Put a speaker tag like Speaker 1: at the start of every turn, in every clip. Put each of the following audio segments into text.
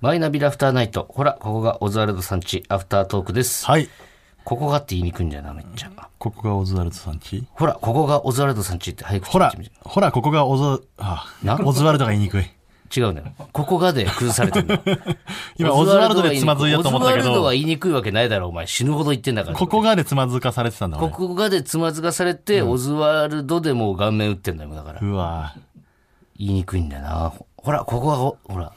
Speaker 1: マイナビラフターナイト。ほら、ここがオズワルドさんち、アフタートークです。
Speaker 2: はい。
Speaker 1: ここがって言いにくいんだよな、めっちゃ。
Speaker 2: ここがオズワルドさんち。
Speaker 1: ほら、ここがオズワルドさんちって早く
Speaker 2: ほら、ほら、ここがオズ、あ
Speaker 1: な、
Speaker 2: オズワルドが言いにくい。
Speaker 1: 違うんだよ。ここがで崩されてるんだよ。
Speaker 2: 今、オズワルドでつまずいたと思ったけ
Speaker 1: オズワルドは
Speaker 2: ど、
Speaker 1: 言いにくいわけないだろ、お前。死ぬほど言ってんだから。
Speaker 2: ここがでつまずかされてたんだ、
Speaker 1: こ
Speaker 2: 俺。
Speaker 1: こがでつまずかされて、オズワルドでもう顔面打ってんだよ、だから。
Speaker 2: うわ
Speaker 1: 言いにくいんだよな。ほほら、ここがほ、ほら、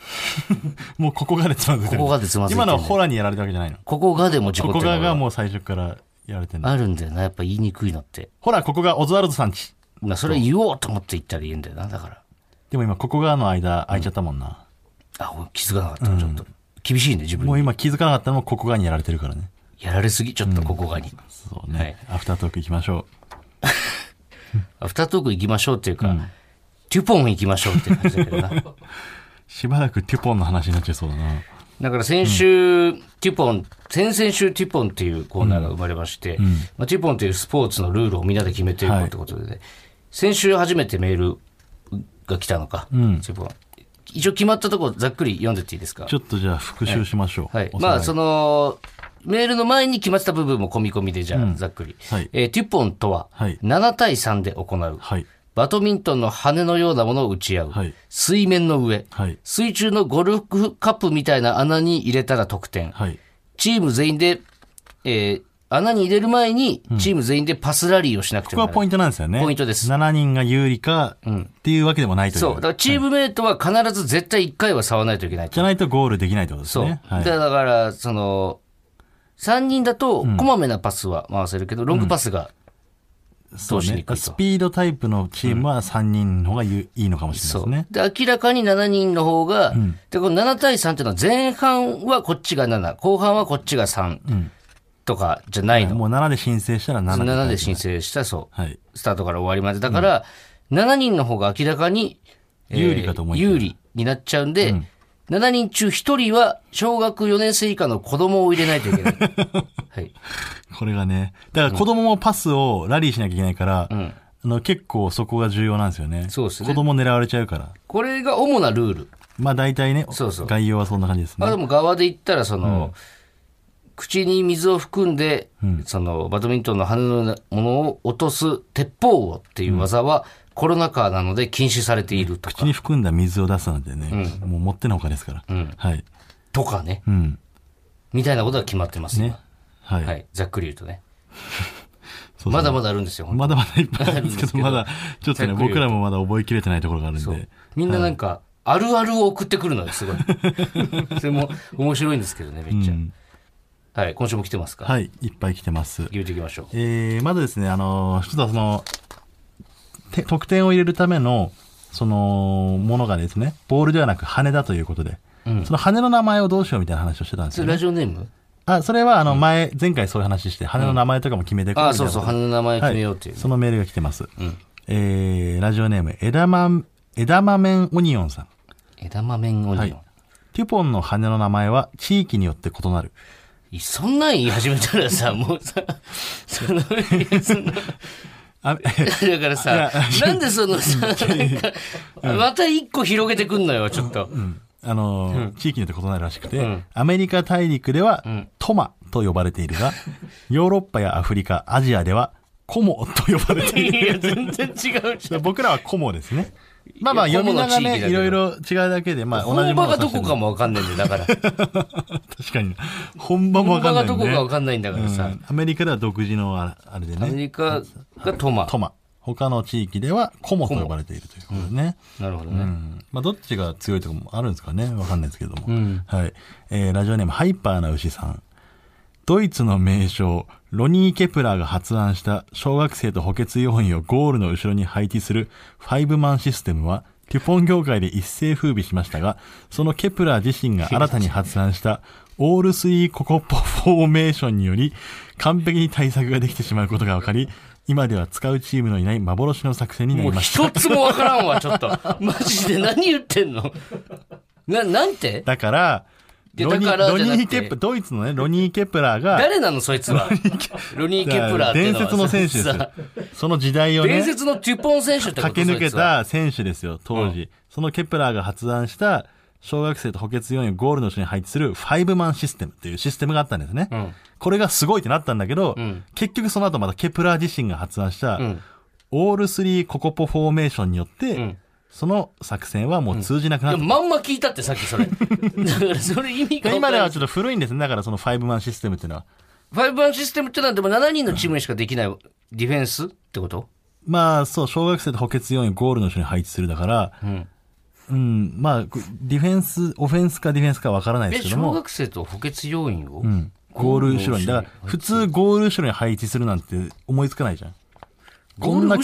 Speaker 2: もうここがでつまずいてる。
Speaker 1: ここがでつまずいてる
Speaker 2: 今のはホラにやられたわけじゃないの。
Speaker 1: ここがでも事故
Speaker 2: こ
Speaker 1: って
Speaker 2: こ
Speaker 1: る
Speaker 2: ががもう最初からやられてるの。
Speaker 1: あるんだよな、やっぱ言いにくいのって。
Speaker 2: ほら、ここがオズワルドさんち。
Speaker 1: まあ、それ言おうと思って言ったら言えんだよな、だから。
Speaker 2: でも今、ここがの間空いちゃったもんな。
Speaker 1: あ、俺気づかなかった、ちょっと。厳しいね、自分
Speaker 2: も
Speaker 1: に。
Speaker 2: う今気づかなかったのもここがにやられてるからね。
Speaker 1: やられすぎ、ちょっとここがに。
Speaker 2: そう
Speaker 1: は
Speaker 2: ね
Speaker 1: い。
Speaker 2: アフタートーク行きましょ
Speaker 1: アフタートーク行きましょうっていうか、テュポン行きましょうっていう感じだけど な。
Speaker 2: う。しばらくテュポンの話になっちゃいそうだな。
Speaker 1: だから先週、テュポン、先々週テュポンっていうコーナーが生まれまして、まあ、テュポンっていうスポーツのルールをみんなで決めていこうってことでね、先週初めてメールが来たのか、テュポン。一応決まったとこざっくり読んでっていいですか
Speaker 2: ちょっとじゃあ復習しましょう。
Speaker 1: はい。
Speaker 2: おさら
Speaker 1: まあ、その、メールの前に決まってた部分も込み込みで、じゃあ、ざっくり。
Speaker 2: はい
Speaker 1: えーテュポンとは、
Speaker 2: はい
Speaker 1: 7対3で行う。
Speaker 2: はい。
Speaker 1: バドミントンの羽のようなものを打ち合う。
Speaker 2: はい
Speaker 1: 水面の上。
Speaker 2: はい。
Speaker 1: 水中のゴルフカップみたいな穴に入れたら得点。
Speaker 2: はい。
Speaker 1: チーム全員で、えー穴に入れる前に、チーム全員でパスラリーをしなくて
Speaker 2: ここ
Speaker 1: はならな
Speaker 2: は
Speaker 1: い。
Speaker 2: ポイントなんですよね。
Speaker 1: ポイントです
Speaker 2: 7人が有利か、っていうわけでもないという。
Speaker 1: そう。だから、チームメイトは必ず絶対1回は差わないといけないと。
Speaker 2: じゃないとゴールできないってことです
Speaker 1: そう。
Speaker 2: ね。はい
Speaker 1: でだから、その、3人だと、こまめなパスは回せるけど、ロングパスが、
Speaker 2: そう
Speaker 1: 通しに
Speaker 2: ね
Speaker 1: くいと
Speaker 2: スピードタイプのチームは3人の方がいいのかもしれ
Speaker 1: そ
Speaker 2: な
Speaker 1: う
Speaker 2: いですね。
Speaker 1: で、明らかに7人の方が、で、この7対3っていうのは、前半はこっちが7、後半はこっちが3とかじゃないの。
Speaker 2: もう7で申請したら7
Speaker 1: 7で
Speaker 2: 申
Speaker 1: 申
Speaker 2: 請。
Speaker 1: 請した、そう。
Speaker 2: はい。
Speaker 1: スタートから終わりまで。だから、7人の方が明らかに、えー
Speaker 2: 有利かと思いきや
Speaker 1: 有利になっちゃうんで、7人中1人は小学4年生以下の子供を入れないといけ ない。はい。
Speaker 2: これがね。だから子供もパスをラリーしなきゃいけないから、あの結構そこが重要なんですよね。
Speaker 1: そうですね
Speaker 2: 子供狙われちゃうから。
Speaker 1: これが主なルール。
Speaker 2: まあ大体ね、
Speaker 1: そうそう
Speaker 2: 概要はそんな感じです
Speaker 1: まあ
Speaker 2: ね
Speaker 1: で。も側で言ったらその、口に水を含んで、そのバドミントンの羽のようなものを落とす鉄砲をっていう技は、コロナ禍なので禁止されていると
Speaker 2: 口
Speaker 1: か、
Speaker 2: に含んだ水を出すなんてね、もう持ってのほかですから。はい。
Speaker 1: とかね、
Speaker 2: うん。
Speaker 1: みたいなことが決まってます、
Speaker 2: ね。は
Speaker 1: 今は
Speaker 2: い。
Speaker 1: い。ざっくり言うとね。
Speaker 2: そう
Speaker 1: まだまだあるんですよ、本
Speaker 2: まだまだいっぱいあるんですけど、
Speaker 1: あ
Speaker 2: ま
Speaker 1: るん
Speaker 2: だ、ちょっ
Speaker 1: ざ
Speaker 2: とね、
Speaker 1: っくり言うと
Speaker 2: 僕らもまだ覚えきれてないところがあるん
Speaker 1: 当
Speaker 2: で。
Speaker 1: みんななんか、あるあるを送ってくるのよ、すごい。それも面白いんですけどね、めっちゃ。はい、今週も来てますか、
Speaker 2: はい、いっぱい来てます。
Speaker 1: 言うていきましょう。
Speaker 2: えー、まずですね、あのー、一つはその、て得点を入れるための、その、ものがですね、ボールではなく羽だということで、その羽の名前をどうしようみたいな話をしてたんです
Speaker 1: そ
Speaker 2: よ
Speaker 1: れ
Speaker 2: ね。
Speaker 1: ラジオネーム
Speaker 2: あ、それはあの前、前回そういう話して、羽の名前とかも決めていこ
Speaker 1: ああ、
Speaker 2: み
Speaker 1: そ
Speaker 2: たいうな
Speaker 1: そう、
Speaker 2: こと
Speaker 1: 羽の名前を決めようっていう。
Speaker 2: そのメールが来てます。えー、ラジオネーム、枝ま、枝ま麺オニオンさん。
Speaker 1: 枝豆オニオン。
Speaker 2: はいテュポンの羽の名前は地域によって異なる。
Speaker 1: そんなん言い始めたら さ、もうさ、その、いやその
Speaker 2: あ
Speaker 1: だからさ、なんでそのさ、なんか、また一個広げてくんのよ、ちょっと。
Speaker 2: あのー地域によって異なるらしくて、アメリカ大陸では、トマと呼ばれてい るが、ヨーロッパやアフリカ、アジアでは、コモと呼ばれ ている。
Speaker 1: いや、全然違うじゃん。
Speaker 2: 僕らはコモですね。まあまあ、
Speaker 1: いや
Speaker 2: 読み名が
Speaker 1: コモの地域だ
Speaker 2: ね、
Speaker 1: け
Speaker 2: い
Speaker 1: ど
Speaker 2: ろいろ違うだけで、まあ同じ
Speaker 1: 本場
Speaker 2: ものを
Speaker 1: が
Speaker 2: 指
Speaker 1: ど
Speaker 2: して
Speaker 1: こ
Speaker 2: る
Speaker 1: かもわかんないんだよ、だから。
Speaker 2: 確かに。本場もわ
Speaker 1: 本場
Speaker 2: かんな
Speaker 1: が
Speaker 2: い
Speaker 1: ど
Speaker 2: もん
Speaker 1: こ
Speaker 2: ね。
Speaker 1: かわかんないんだから
Speaker 2: う
Speaker 1: さ、
Speaker 2: んアメリカでは独自のああれで
Speaker 1: アメ
Speaker 2: ね、
Speaker 1: リカがトマ。
Speaker 2: トマ。他の地域ではコモと呼ばれているということでね。
Speaker 1: なるほど
Speaker 2: う
Speaker 1: ね。
Speaker 2: んまあ、どっちが強いとかもあるんですかねわかんないですけども。はい。えーラジオネーム、ハイパーな牛さん。ドイツの名将、ロニー・ケプラーが発案した小学生と補欠要員をゴールの後ろに配置するファイブマンシステムは、テュポン業界で一世風靡しましたが、そのケプラー自身が新たに発案した、オールスリーココポフォーメーションにより、完璧に対策ができてしまうことが分かり、今では使うチームのいない幻の作戦にな
Speaker 1: も
Speaker 2: り
Speaker 1: う
Speaker 2: ました。
Speaker 1: 一つもわからんわ、ちょっと。マジで何言ってんのな、なんて
Speaker 2: だから、
Speaker 1: いや
Speaker 2: ロニ
Speaker 1: だ
Speaker 2: ー・
Speaker 1: から
Speaker 2: ロ
Speaker 1: じゃ
Speaker 2: ニ
Speaker 1: なくて
Speaker 2: ーケプ、ドイツのね、ロニー・ケプラーが、
Speaker 1: 誰なの、そいつは。ロニー・ケプラーっていう
Speaker 2: 伝
Speaker 1: のは
Speaker 2: 説の選 手です
Speaker 1: さ
Speaker 2: よ。その時代を
Speaker 1: 伝
Speaker 2: ね、
Speaker 1: 説のテュポン選手ってこと
Speaker 2: 駆け抜け
Speaker 1: そいつは
Speaker 2: た選手ですよ、当時。そのケプラーが発案した、小学生と補欠要員をゴールの人に配置するファイブマンシステムっていうシステムがあったんですね。
Speaker 1: ん
Speaker 2: これがすごいってなったんだけど、
Speaker 1: ん
Speaker 2: 結局その後またケプラー自身が発案した、
Speaker 1: ん
Speaker 2: オールスリーココポフォーメーションによって、
Speaker 1: ん
Speaker 2: その作戦はもう通じなくなった。
Speaker 1: でもまんま聞いたってさっき それ。だからそれ意味が分から
Speaker 2: 今で
Speaker 1: な
Speaker 2: はいちょっと古いんですね。だからそのファイブマンシステムっていうのは。
Speaker 1: ファイブマンシステムってのはでも7人のチームにしかできないディフェンスってこと
Speaker 2: まあそう、小学生と補欠要員をゴールの人に配置するだから、
Speaker 1: うん。
Speaker 2: うん、まあ、ディフェンス、オフェンスかディフェンスかわからないで
Speaker 1: え、
Speaker 2: すけど
Speaker 1: 小
Speaker 2: も、
Speaker 1: 学生と補欠要員を、
Speaker 2: うん、ゴール後ろに。だから、普通ゴール後ろに配置するなんて思いつかないじゃん。
Speaker 1: ゴール後ろ、
Speaker 2: こんな画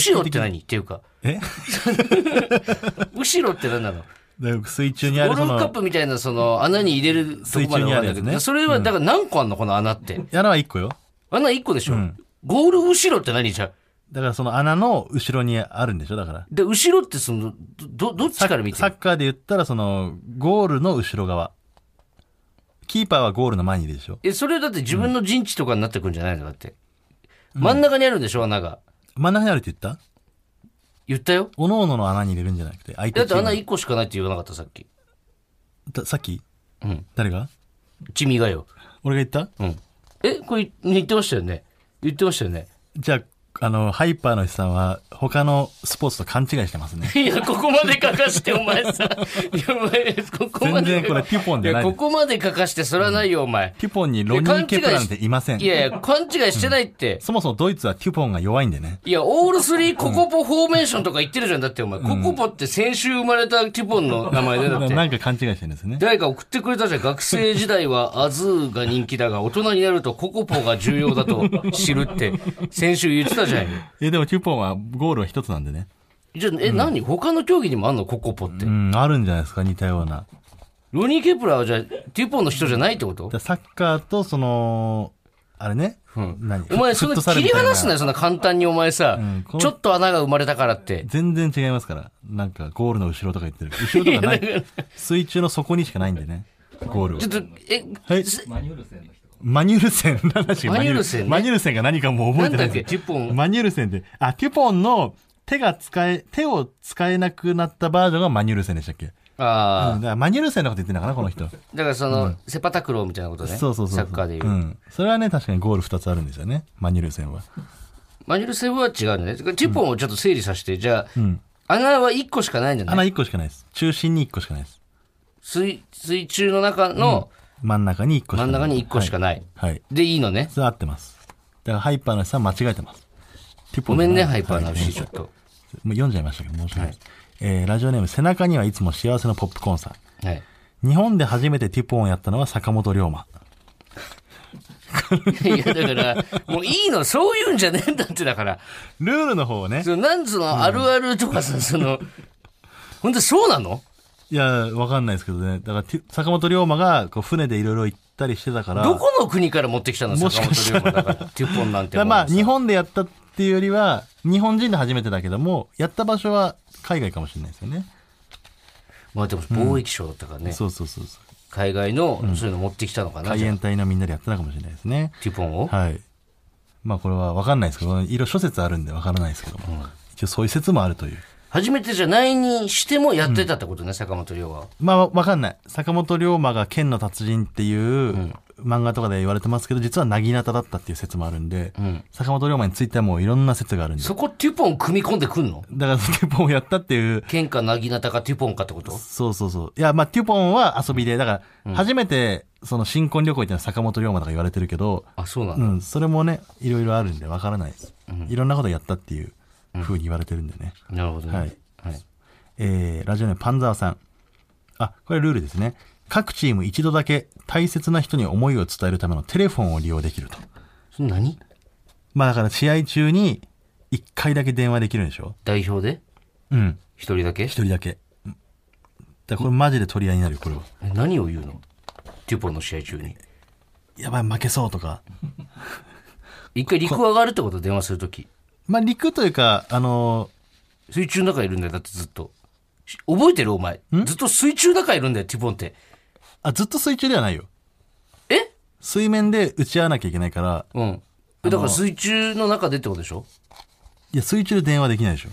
Speaker 2: 期
Speaker 1: 後ろって
Speaker 2: 画期
Speaker 1: 何っていうか、
Speaker 2: 的え
Speaker 1: 後ろって何なの
Speaker 2: だから水中に
Speaker 1: ゴ
Speaker 2: あ
Speaker 1: ー
Speaker 2: るそ
Speaker 1: ルカッ
Speaker 2: の、
Speaker 1: プみたいなその穴に入れるとこまではあるんだけ
Speaker 2: 水中にあるやつ
Speaker 1: ど、
Speaker 2: ね
Speaker 1: それはだから何個あんのこの穴って。
Speaker 2: 穴は1個よ。
Speaker 1: 穴1個でしょゴール後ろって何じゃん
Speaker 2: だからその穴の後ろにあるんでしょだから。
Speaker 1: で、後ろってその、ど、どどっちから見て
Speaker 2: サ
Speaker 1: る
Speaker 2: ッカーで言ったらその、ゴールの後ろ側。キーパーはゴールの前にいるでしょ
Speaker 1: え、それだって自分の陣地とかになってくんじゃないのだって。真ん中にあるんでしょ穴が。
Speaker 2: 真ん中にあるって言った
Speaker 1: 言ったよ。
Speaker 2: おのおのの穴に入れるんじゃなくて、
Speaker 1: だ
Speaker 2: 相手
Speaker 1: って
Speaker 2: チーム
Speaker 1: 穴1個しかないって言わなかったさっき。
Speaker 2: ださっき
Speaker 1: うん
Speaker 2: 誰が
Speaker 1: チミがよ。
Speaker 2: 俺が言った
Speaker 1: うん。え、これ言ってましたよね。言ってましたよね。
Speaker 2: じゃあ、あの、ハイパーの人さんは、他のスポーツと勘違 いしてますね。
Speaker 1: いや、ここまで書かして、お前 さ。いや、お前、ここま
Speaker 2: 全
Speaker 1: で。
Speaker 2: 然これ、ピュポン
Speaker 1: い
Speaker 2: じゃな
Speaker 1: や、
Speaker 2: い
Speaker 1: こ
Speaker 2: です。
Speaker 1: こまで書かして、それはないよ、お前。
Speaker 2: ピュポンにロニー・ケプラなんていません
Speaker 1: い。やいや、勘違いしてないって。
Speaker 2: そもそもドイツはピュポンが弱いんでね。
Speaker 1: いや、オールスリーココポフォーメーションとか言ってるじゃん。だってお前、ココポって先週生まれたティポンの名前でだって。
Speaker 2: なんか勘違いしてるんですね。
Speaker 1: 誰か送ってくれたじゃん。学生時代 はアズーが人気だが、大人になるとココポが重要だ と知るって、先週言ってたじゃん。
Speaker 2: いや、でもピュポンはゴールは一つなんでね。
Speaker 1: じゃあ、え、何他の競技にもあんのココポって
Speaker 2: う。ん、あるんじゃないですか、似たような。
Speaker 1: ロニー・ケプラーはじゃあ、ティポンの人じゃないってこと
Speaker 2: だサッカーと、その、あれね。何
Speaker 1: お前、
Speaker 2: フ
Speaker 1: そ
Speaker 2: ッ
Speaker 1: ん
Speaker 2: ト
Speaker 1: な
Speaker 2: サル
Speaker 1: 切
Speaker 2: み
Speaker 1: り
Speaker 2: たいな
Speaker 1: 離すなよ、そんな簡単にお前さ
Speaker 2: んこ。の
Speaker 1: ちょっと穴が生まれたからって。
Speaker 2: 全然違いますから。なんか、ゴールの後ろとか言ってる。後ろとか ない。水中の底にしかないんでね。ゴールは
Speaker 1: ちょっ。と、え、
Speaker 2: はい。マニュルセンの人。マニュル
Speaker 1: マニュルセン
Speaker 2: セン、
Speaker 1: ね
Speaker 2: マニュルセンが何かもう覚
Speaker 1: な
Speaker 2: え
Speaker 1: ん
Speaker 2: てな
Speaker 1: だ
Speaker 2: い
Speaker 1: っけ、テ
Speaker 2: です。
Speaker 1: ィポン。
Speaker 2: マニュルセンで、あ、テュポンの手が使え、手を使えなくなったバージョンがマニュルセンでしたっけ
Speaker 1: ああ
Speaker 2: うんだからマニュルセンのこと言ってんのかな、この人。
Speaker 1: だからその、セパタクローみたいなことね。
Speaker 2: そうそうそう。
Speaker 1: サッカーでいう。
Speaker 2: うん。それはね、確かにゴール2つあるんですよね。マニュルセンは。
Speaker 1: マニュルセは違うね。てかティポンをちょっと整理させて、じゃあ、穴は1個しかないんじゃな
Speaker 2: 穴
Speaker 1: い
Speaker 2: 1個しかないです。中心に1個しかないです。
Speaker 1: 水水中の中の
Speaker 2: 真ん中に1個
Speaker 1: 真
Speaker 2: しか
Speaker 1: ん
Speaker 2: ない。
Speaker 1: 中に1個しか
Speaker 2: な
Speaker 1: ない。
Speaker 2: い。はい。
Speaker 1: で、いいのね。
Speaker 2: それは合ってます。だからハイパーの人は間違えてます。テュポ
Speaker 1: ご
Speaker 2: ンじ
Speaker 1: め
Speaker 2: ゃ
Speaker 1: ん
Speaker 2: な
Speaker 1: ね、ハ
Speaker 2: い
Speaker 1: イパーなし、ちょっと。
Speaker 2: もう読んじゃいましたけど、申し訳ないです。えーラジオネーム、背中にはいつも幸せのポップコーンさん。
Speaker 1: はい。
Speaker 2: 日本で初めてティポンをやったのは坂本龍馬。
Speaker 1: いや、だから、もういいの、そういうんじゃねえんだって、だから。
Speaker 2: ルールの方はね、
Speaker 1: そのなんつうの、あるあるとか さ、その、本当にそうなの
Speaker 2: いや、わかんないですけどね。だからティ、坂本龍馬がこう船でいろいろ行ったりしてたから、
Speaker 1: どこの国から持ってきたの
Speaker 2: もし
Speaker 1: 坂
Speaker 2: かし
Speaker 1: 本龍馬だから、ティポンなん
Speaker 2: だ
Speaker 1: て
Speaker 2: から
Speaker 1: もの
Speaker 2: まあ、
Speaker 1: さ。
Speaker 2: 日本でやったっていうよりは、日本人で初めてだけども、やった場所は海外かもしれないですよね。
Speaker 1: まあでも貿易商だったからね、
Speaker 2: そうそうそうそう。
Speaker 1: 海外の、そういうの持ってきたのかな、
Speaker 2: 海
Speaker 1: じゃあ
Speaker 2: 援隊のみんなでやってたかもしれないですね。
Speaker 1: ティポンを。
Speaker 2: はい。まあ、これはわかんないですけど、いろいろ諸説あるんでわからないですけども、一応そういう説もあるという。
Speaker 1: 初めてじゃないにしてもやってたってことね、坂本龍馬は。
Speaker 2: まあ、わかんない。坂本龍馬が剣の達人っていう、漫画とかで言われてますけど、実はなぎなただったっていう説もあるんで、坂本龍馬についてはもういろんな説があるんで。
Speaker 1: そこテュポン組み込んでくんの
Speaker 2: だから、テュポンをやったっていう、
Speaker 1: 喧嘩なぎなたかテュポンかってこと
Speaker 2: そうそうそう。いや、まあ、テュポンは遊びで、だから、初めて、その新婚旅行行ってのは坂本龍馬とか言われてるけど、
Speaker 1: あ、そうなん
Speaker 2: う
Speaker 1: だ。
Speaker 2: ん、それもね、いろいろあるんでわからないです。いろんなことやったっていう風に言われてるんでね。
Speaker 1: なるほどね。
Speaker 2: はい
Speaker 1: はい
Speaker 2: えーラジオネームパンザーさん。あ、これルールですね。各チーム一度だけ大切な人に思いを伝えるためのテレフォンを利用できると。
Speaker 1: それ何
Speaker 2: まあだから試合中に一回だけ電話できるんでしょ
Speaker 1: 代表で
Speaker 2: うん。
Speaker 1: 一人だけ
Speaker 2: 一人だけ。うんだからこれマジで取り合いになるよ、これは。
Speaker 1: え何を言うのテュポンの試合中に。
Speaker 2: やばい、負けそうとか。
Speaker 1: 一回陸上がるってこと電話するとき。
Speaker 2: まあ陸というか、あの
Speaker 1: 水中の中いるんだよ、だってずっと。し覚えてるお前。ずっと水中の中いるんだよ、テュポンって。
Speaker 2: ーあ、ずっと水中ではないよ。
Speaker 1: え
Speaker 2: 水面で打ち合わなきゃいけないから、
Speaker 1: うん。えだから水中の中でってことでしょ
Speaker 2: いや、水中で電話できないでしょ。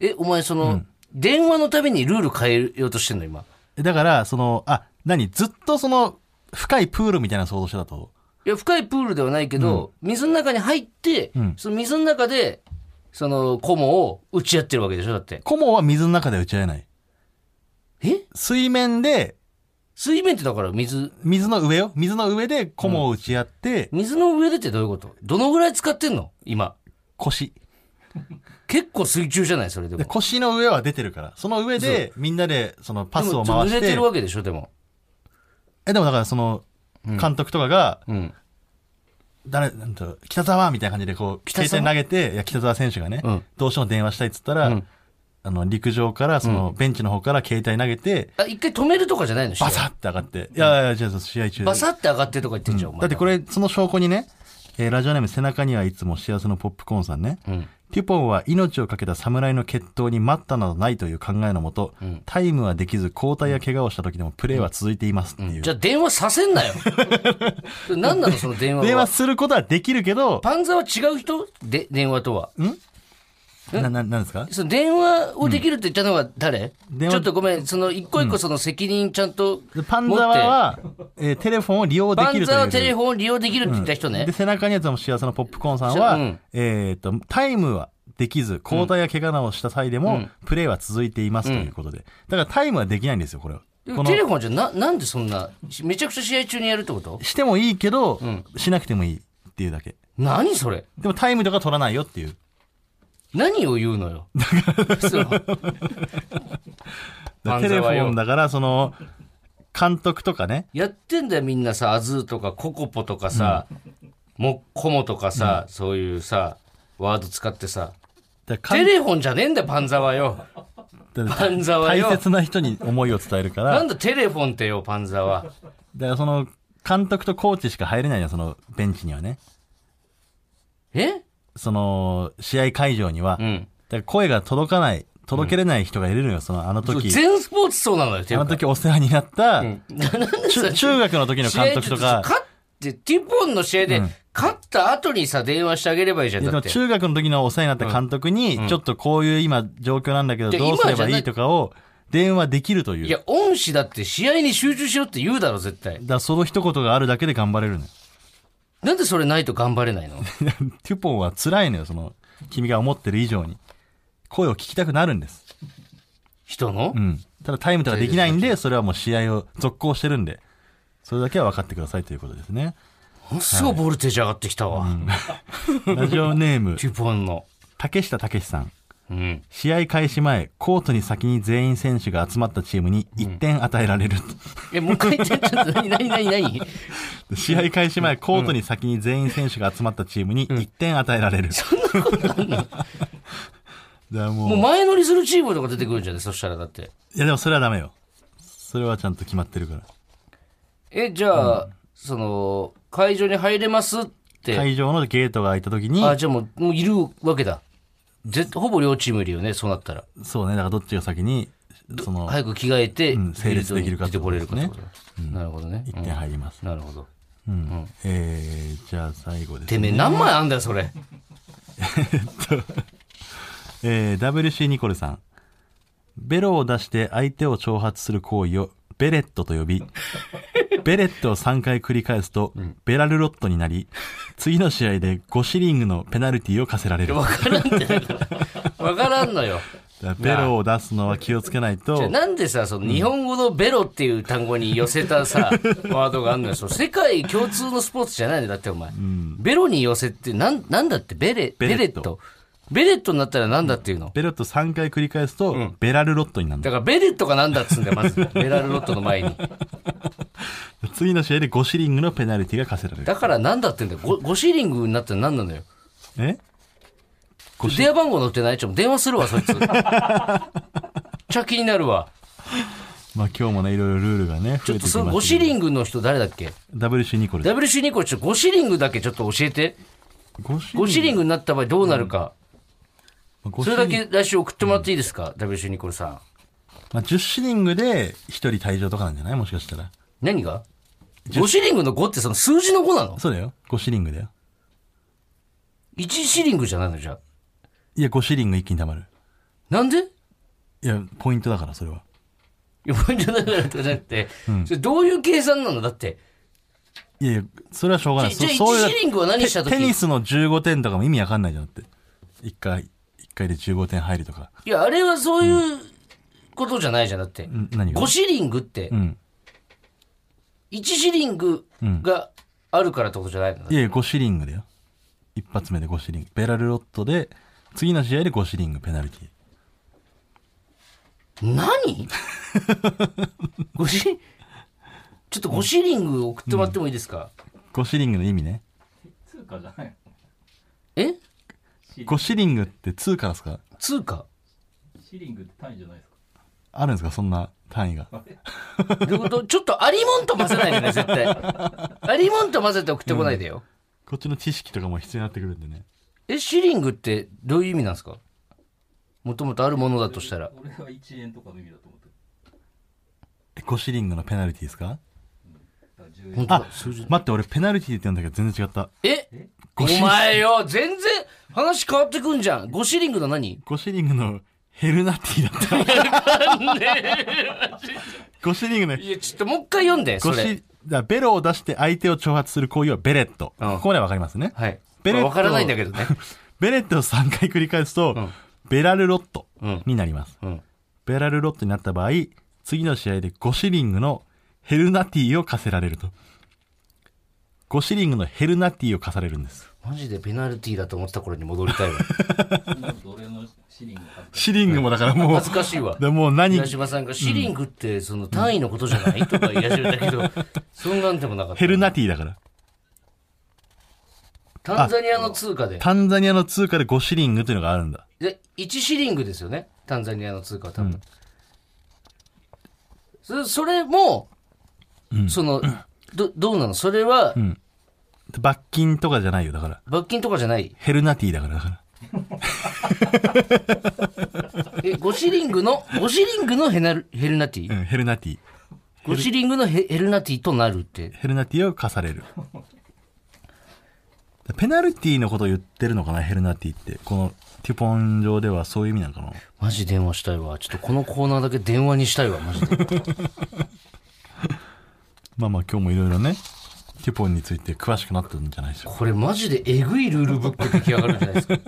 Speaker 1: え、お前その、電話のためにルール変えようとしてんの、今。
Speaker 2: だから、その、あ、何ずっとその、深いプールみたいな想像してたと。
Speaker 1: いや、深いプールではないけど、水の中に入って、
Speaker 2: ん
Speaker 1: その水の中で、その、コモを打ち合ってるわけでしょだって。
Speaker 2: コモは水の中では打ち合えない。
Speaker 1: え
Speaker 2: 水面で、
Speaker 1: 水面ってだから水、
Speaker 2: 水の上よ。水の上でコモを打ち合って、
Speaker 1: 水の上でってどういうことどのぐらい使ってんの今。
Speaker 2: 腰。
Speaker 1: 結構水中じゃないそれでも。
Speaker 2: で
Speaker 1: で
Speaker 2: 腰の上は出てるから。その上で、みんなで、そのパスを
Speaker 1: もちょっと濡
Speaker 2: 回し
Speaker 1: れて
Speaker 2: て。
Speaker 1: るわけでしょでも。
Speaker 2: え、でもだからその、監督とかが、
Speaker 1: うん。
Speaker 2: 誰、なんと、北沢みたいな感じでこう、
Speaker 1: 北沢
Speaker 2: 携帯投げて、いや、北沢選手がね、
Speaker 1: うん
Speaker 2: どうしても電話したいっつったら、
Speaker 1: うん
Speaker 2: あの、陸上から、その、ベンチの方から携帯投げて、
Speaker 1: あ、一回止めるとかじゃないの試合
Speaker 2: バサって上がって、いやいや、じゃあ試合中
Speaker 1: バサって上がってとか言ってんじゃん、お前。
Speaker 2: だってこ
Speaker 1: れ。
Speaker 2: れ、その証拠にね、えーラジオネーム背中にはいつも幸せのポップコーンさんね、
Speaker 1: うん。
Speaker 2: ピュポンは命を懸けた侍の決闘に待ったなどないという考えのもと、タイムはできず交代や怪我をした時でもプレーは続いていますっていう。
Speaker 1: じゃあ電話させんな よ。何なのその電話は。
Speaker 2: 電話することはできるけど、
Speaker 1: パンザは違う人で、電話とは。
Speaker 2: な、な、なんですか
Speaker 1: その電話をできるって言ったのは誰、
Speaker 2: 電話
Speaker 1: ちょっとごめん、その一個一個その責任ちゃんと持って、
Speaker 2: パンザワは、えーテレフォンを利用で
Speaker 1: パ
Speaker 2: き
Speaker 1: ン
Speaker 2: ると
Speaker 1: ザ
Speaker 2: いう。
Speaker 1: はテレフォンを利用できるって言った人ね
Speaker 2: で、。背中にやつも幸せのポップコーンさんは、
Speaker 1: うん
Speaker 2: えーっと、タイムはできず、交代や怪我などをした際でも、プレーは続いていますということで。だからタイムはできないんですよ、これは。
Speaker 1: で
Speaker 2: こ
Speaker 1: も
Speaker 2: の
Speaker 1: テレフォンじゃな、なんでそんな、めちゃくちゃ試合中にやるってこと
Speaker 2: してもいいけど、しなくてもいいっていうだけ。
Speaker 1: 何それ
Speaker 2: でもタイムとか取らないよっていう。
Speaker 1: 何を言うのよ。その
Speaker 2: だから
Speaker 1: パ
Speaker 2: テ
Speaker 1: ン
Speaker 2: レ
Speaker 1: ザ
Speaker 2: フ
Speaker 1: ワよ
Speaker 2: ォンだから、その、監督とかね、
Speaker 1: やってんだよみんなさ、アズーとかココポとかさ、モッコモとかさ、そういうさ、ワード使ってさ、
Speaker 2: だから
Speaker 1: テレフォンじゃねえんだよ、パンザはよ。
Speaker 2: だか
Speaker 1: パ
Speaker 2: ら
Speaker 1: ンザは
Speaker 2: 大
Speaker 1: よ。
Speaker 2: 切な人に思いを伝えるから、
Speaker 1: な
Speaker 2: だ
Speaker 1: ん
Speaker 2: か
Speaker 1: だテレフォンってよ、パンザは。
Speaker 2: らその、監督とコーチしか入れないよ、その、ベンチにはね。
Speaker 1: え
Speaker 2: その、試合会場には、
Speaker 1: うん。
Speaker 2: だから声が届かない、届けれない人がいるのよ、その、あの時。
Speaker 1: 全スポーツそうなのよ、テ
Speaker 2: あ
Speaker 1: レフ
Speaker 2: の
Speaker 1: ォン。
Speaker 2: 時お世話になっ
Speaker 1: な
Speaker 2: た、
Speaker 1: なんで
Speaker 2: 中中学の時の監督とか、
Speaker 1: 勝って、ティポンの試合で、勝った後にさ、電話してあげればいいじゃん、
Speaker 2: で
Speaker 1: だ
Speaker 2: も
Speaker 1: って。
Speaker 2: 中学の時のお世話になった監督に、ちょっとこういう今状況なんだけど、
Speaker 1: で
Speaker 2: どうすれ
Speaker 1: 今じゃ
Speaker 2: ば
Speaker 1: ない
Speaker 2: いいとかを電話できるという。
Speaker 1: いや、恩師だって試合に集中しろって言うだろ、絶対
Speaker 2: だ。からその一言があるだけで頑張れるのよ。
Speaker 1: なんでそれないと頑張れない の
Speaker 2: テュポンは辛いのよ、その、君が思ってる以上に。声を聞きたくなるんです。
Speaker 1: 人の
Speaker 2: うん。ただタイムとかできないんで、それはもう試合を続行してるんで、それだけは分かってくださいということで すね。
Speaker 1: ものすごいボルテージ上がってきたわ。
Speaker 2: ラジオネーム、
Speaker 1: ティポンの。
Speaker 2: 竹下武さん。
Speaker 1: うん。
Speaker 2: 試合開始前、コートに先に全員選手が集まったチームに1点与えられる。
Speaker 1: え、もう一回言って、ちょっと、何、何、何、 何
Speaker 2: 試合開始前、コートに先に全員選手が集まったチームに1点与えられる。そんなことあるの
Speaker 1: も
Speaker 2: も
Speaker 1: う
Speaker 2: う、
Speaker 1: 前乗りするチームとか出てくるんじゃないそしたらだって。
Speaker 2: いやでもそれはダメよ。それはちゃんと決まってるから。
Speaker 1: え、じゃあ、その、会場に入れますって。
Speaker 2: 会場のゲートが開いた時に、
Speaker 1: あ、じゃあもう、もういるわけだ。ぜほぼ両チームいるよね、そうなったら。
Speaker 2: そうね、だからどっちが先に、その、
Speaker 1: 早く着替えて、
Speaker 2: ん整列できるか
Speaker 1: フィールドに出てこれるかって
Speaker 2: って
Speaker 1: こ
Speaker 2: こと
Speaker 1: だ。なるほどね。
Speaker 2: 1点入ります。
Speaker 1: なるほど。
Speaker 2: えー、じゃあ最後です
Speaker 1: てめえ、何枚あんだよ、そ れ。
Speaker 2: えー WC ニコルさん。ベロを出して相手を挑発する行為をベレットと呼 び、ベレットを3回繰り返すと、ベラルロットになり、次の試合で5シリングのペナルティを課せられる。
Speaker 1: わからんってだから。わからんのよ。
Speaker 2: だからベロを出すのは気をつけない
Speaker 1: じゃあ
Speaker 2: と、
Speaker 1: なんでさ、その日本語のベロっていう単語に寄せた さ、ワードがあんのよ。その世界共通のスポーツじゃないのだってお前。ベロに寄せって、なん、なんだってベレ、
Speaker 2: ベレ
Speaker 1: ベレ
Speaker 2: ッ
Speaker 1: ッ
Speaker 2: ト
Speaker 1: ト。ベレットになったらなんだっていうの。
Speaker 2: ベロット3回繰り返すと、ベラルロットになる
Speaker 1: だからベレットがなんだっつうんだよ、まず。ベラルロットの前に。
Speaker 2: 次の試合で5シリングのペナルティが課せられる。
Speaker 1: だからなんだってんだよ。ごごシーリングになったら何なのよ。
Speaker 2: え
Speaker 1: 電話番号載ってないちょ、電話するわ、そ いつ。めっちゃ気になるわ。
Speaker 2: まあ今日もね、いろいろルールがね、
Speaker 1: ち
Speaker 2: 増
Speaker 1: ょ
Speaker 2: え
Speaker 1: って
Speaker 2: き
Speaker 1: と
Speaker 2: ま
Speaker 1: そ
Speaker 2: した
Speaker 1: の
Speaker 2: け
Speaker 1: ゴ
Speaker 2: ど
Speaker 1: シリングの人誰だっけ
Speaker 2: WC ニコル。
Speaker 1: ?WC ニコルちょっとゴシリングだけちょっと教えて。
Speaker 2: 5シ
Speaker 1: ゴシリ
Speaker 2: ン
Speaker 1: ングになった場合どうなるか。
Speaker 2: グ
Speaker 1: それだけ来週送ってもらっていいですか、?WC ニコルさん。
Speaker 2: まあ、10シリングで1人退場とかなんじゃないもしかしたら。
Speaker 1: 何がゴシリングの5ってその数字の5なの
Speaker 2: そうだよ。5シリングだよ。
Speaker 1: ?1 シリングじゃないのじゃあ
Speaker 2: いや、5シリング一気に溜まる。
Speaker 1: なんで
Speaker 2: いや、ポイントだから、それは。
Speaker 1: いや、ポイントだからとかじゃなくて、それどういう計算なのだって。
Speaker 2: いやいや、それはしょうがない。
Speaker 1: じゃ
Speaker 2: そ
Speaker 1: じゃあ
Speaker 2: そういう
Speaker 1: 1シリングは何した時
Speaker 2: テテニスの15点とかも意味わかんないじゃんだって。一回、一回で15点入るとか。
Speaker 1: いや、あれはそういうことじゃないじゃん。だって
Speaker 2: う。ん何が
Speaker 1: 5シリングって
Speaker 2: う、ん。
Speaker 1: 1シリングがあるからってことじゃないの、
Speaker 2: いやいや、5シリングだよ。一発目で5シリング。ベラルロットで、次の試合で5シリングペナルティ。
Speaker 1: 何ごしちょっと5シリング送ってもらってもいいですか、
Speaker 2: 5シリングの意味ね。
Speaker 3: 通貨じゃないの
Speaker 1: え
Speaker 2: 5シリングって通貨ですか
Speaker 1: 通貨
Speaker 3: シリングって単位じゃないですか
Speaker 2: あるんですかそんな単位が。
Speaker 3: あ
Speaker 1: ど
Speaker 3: れ
Speaker 1: ういうことちょっとありもんと混ぜないでね、絶対。ありもんと混ぜて送ってこないでよ。
Speaker 2: こっちの知識とかも必要になってくるんでね。
Speaker 1: え、シリングってどういう意味なんですかもともとあるものだとしたら。
Speaker 3: 俺は1円とかの意味だと思ってる
Speaker 2: え5シリングのペナルティですか
Speaker 3: だから10円
Speaker 1: 本当
Speaker 2: あ
Speaker 1: だ、数字。
Speaker 2: 待って、俺ペナルティって言うんだけど全然違った。
Speaker 1: えお前よ、全然話変わってくんじゃん。5シリングの 何
Speaker 2: 5シリングのヘルナティだった。5シリングの
Speaker 1: いや、ちょっともう一回読んで、そ
Speaker 2: ゴ
Speaker 1: れ。
Speaker 2: シ、だベロを出して相手を挑発する行為はベレット。
Speaker 1: うん
Speaker 2: ここまでわかりますね。
Speaker 1: はい。
Speaker 2: ベレット
Speaker 1: わからないんだけどね。
Speaker 2: ベレットを3回繰り返すと、
Speaker 1: ん
Speaker 2: ベラルロット
Speaker 1: うん
Speaker 2: になります、
Speaker 1: うん。
Speaker 2: ベラルロットになった場合、次の試合で5シリングのヘルナティを課せられると。5シリングのヘルナティを課されるんです。
Speaker 1: マジでペナルティーだと思ってた頃に戻りたい わ。
Speaker 3: そんなこと俺のシリング買って
Speaker 2: シリングもだからもう、
Speaker 1: 恥ずかしいわ。
Speaker 2: でもう何
Speaker 1: 矢、島さんがシリングってその単位のことじゃない、とか言い始めたけど、 そんなんでもなかった
Speaker 2: ヘ。ルナティだから。
Speaker 1: タンザニアの通貨で。
Speaker 2: タンザニアの通貨で5シリングというのがあるんだ。
Speaker 1: で、1シリングですよね。タンザニアの通貨は多分。そそれも、その、ど、どうなのそれは、
Speaker 2: 罰金とかじゃないよ、だから。
Speaker 1: 罰金とかじゃない。
Speaker 2: ヘルナティだから、だから。
Speaker 1: え、5シリングの、5シリングのヘナルヘルナティ。
Speaker 2: うん、ヘルナティ。
Speaker 1: 5シリングのヘヘルナティとなるって。
Speaker 2: ヘルナティを課される。ペナルティのことを言ってるのかな、ヘルナティって。このテュポン上ではそういう意味なのかな。
Speaker 1: マジ電話したいわ。ちょっとこのコーナーだけ電話にしたいわ、マジで。
Speaker 2: まあまあ今日もいろいろね、テュポンについて詳しくなってるんじゃないでしょうか。
Speaker 1: これマジでえぐいルールブック出来上がるんじゃないですか。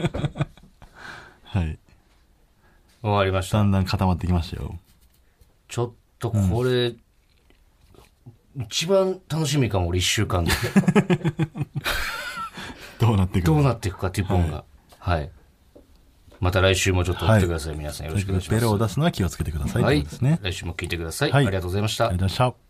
Speaker 2: はい。
Speaker 1: わかりまし
Speaker 2: だ
Speaker 1: た。
Speaker 2: んだん固まってきましたよ。
Speaker 1: ちょっとこれ、一番楽しみかも、俺一週間で。
Speaker 2: どうなっていく
Speaker 1: どう
Speaker 2: の
Speaker 1: なっていくか、ティポンが。はい。また来週もちょっと追ってください。皆さんよろしくお願いしま
Speaker 2: ベ
Speaker 1: す。
Speaker 2: ロを出すのは気をつけてください。
Speaker 1: は
Speaker 2: とい
Speaker 1: いう
Speaker 2: ことですね。。
Speaker 1: 来週も聞いてください。
Speaker 2: はい
Speaker 1: ありがとうございまし
Speaker 2: あ
Speaker 1: た
Speaker 2: りがとうご。ざいました。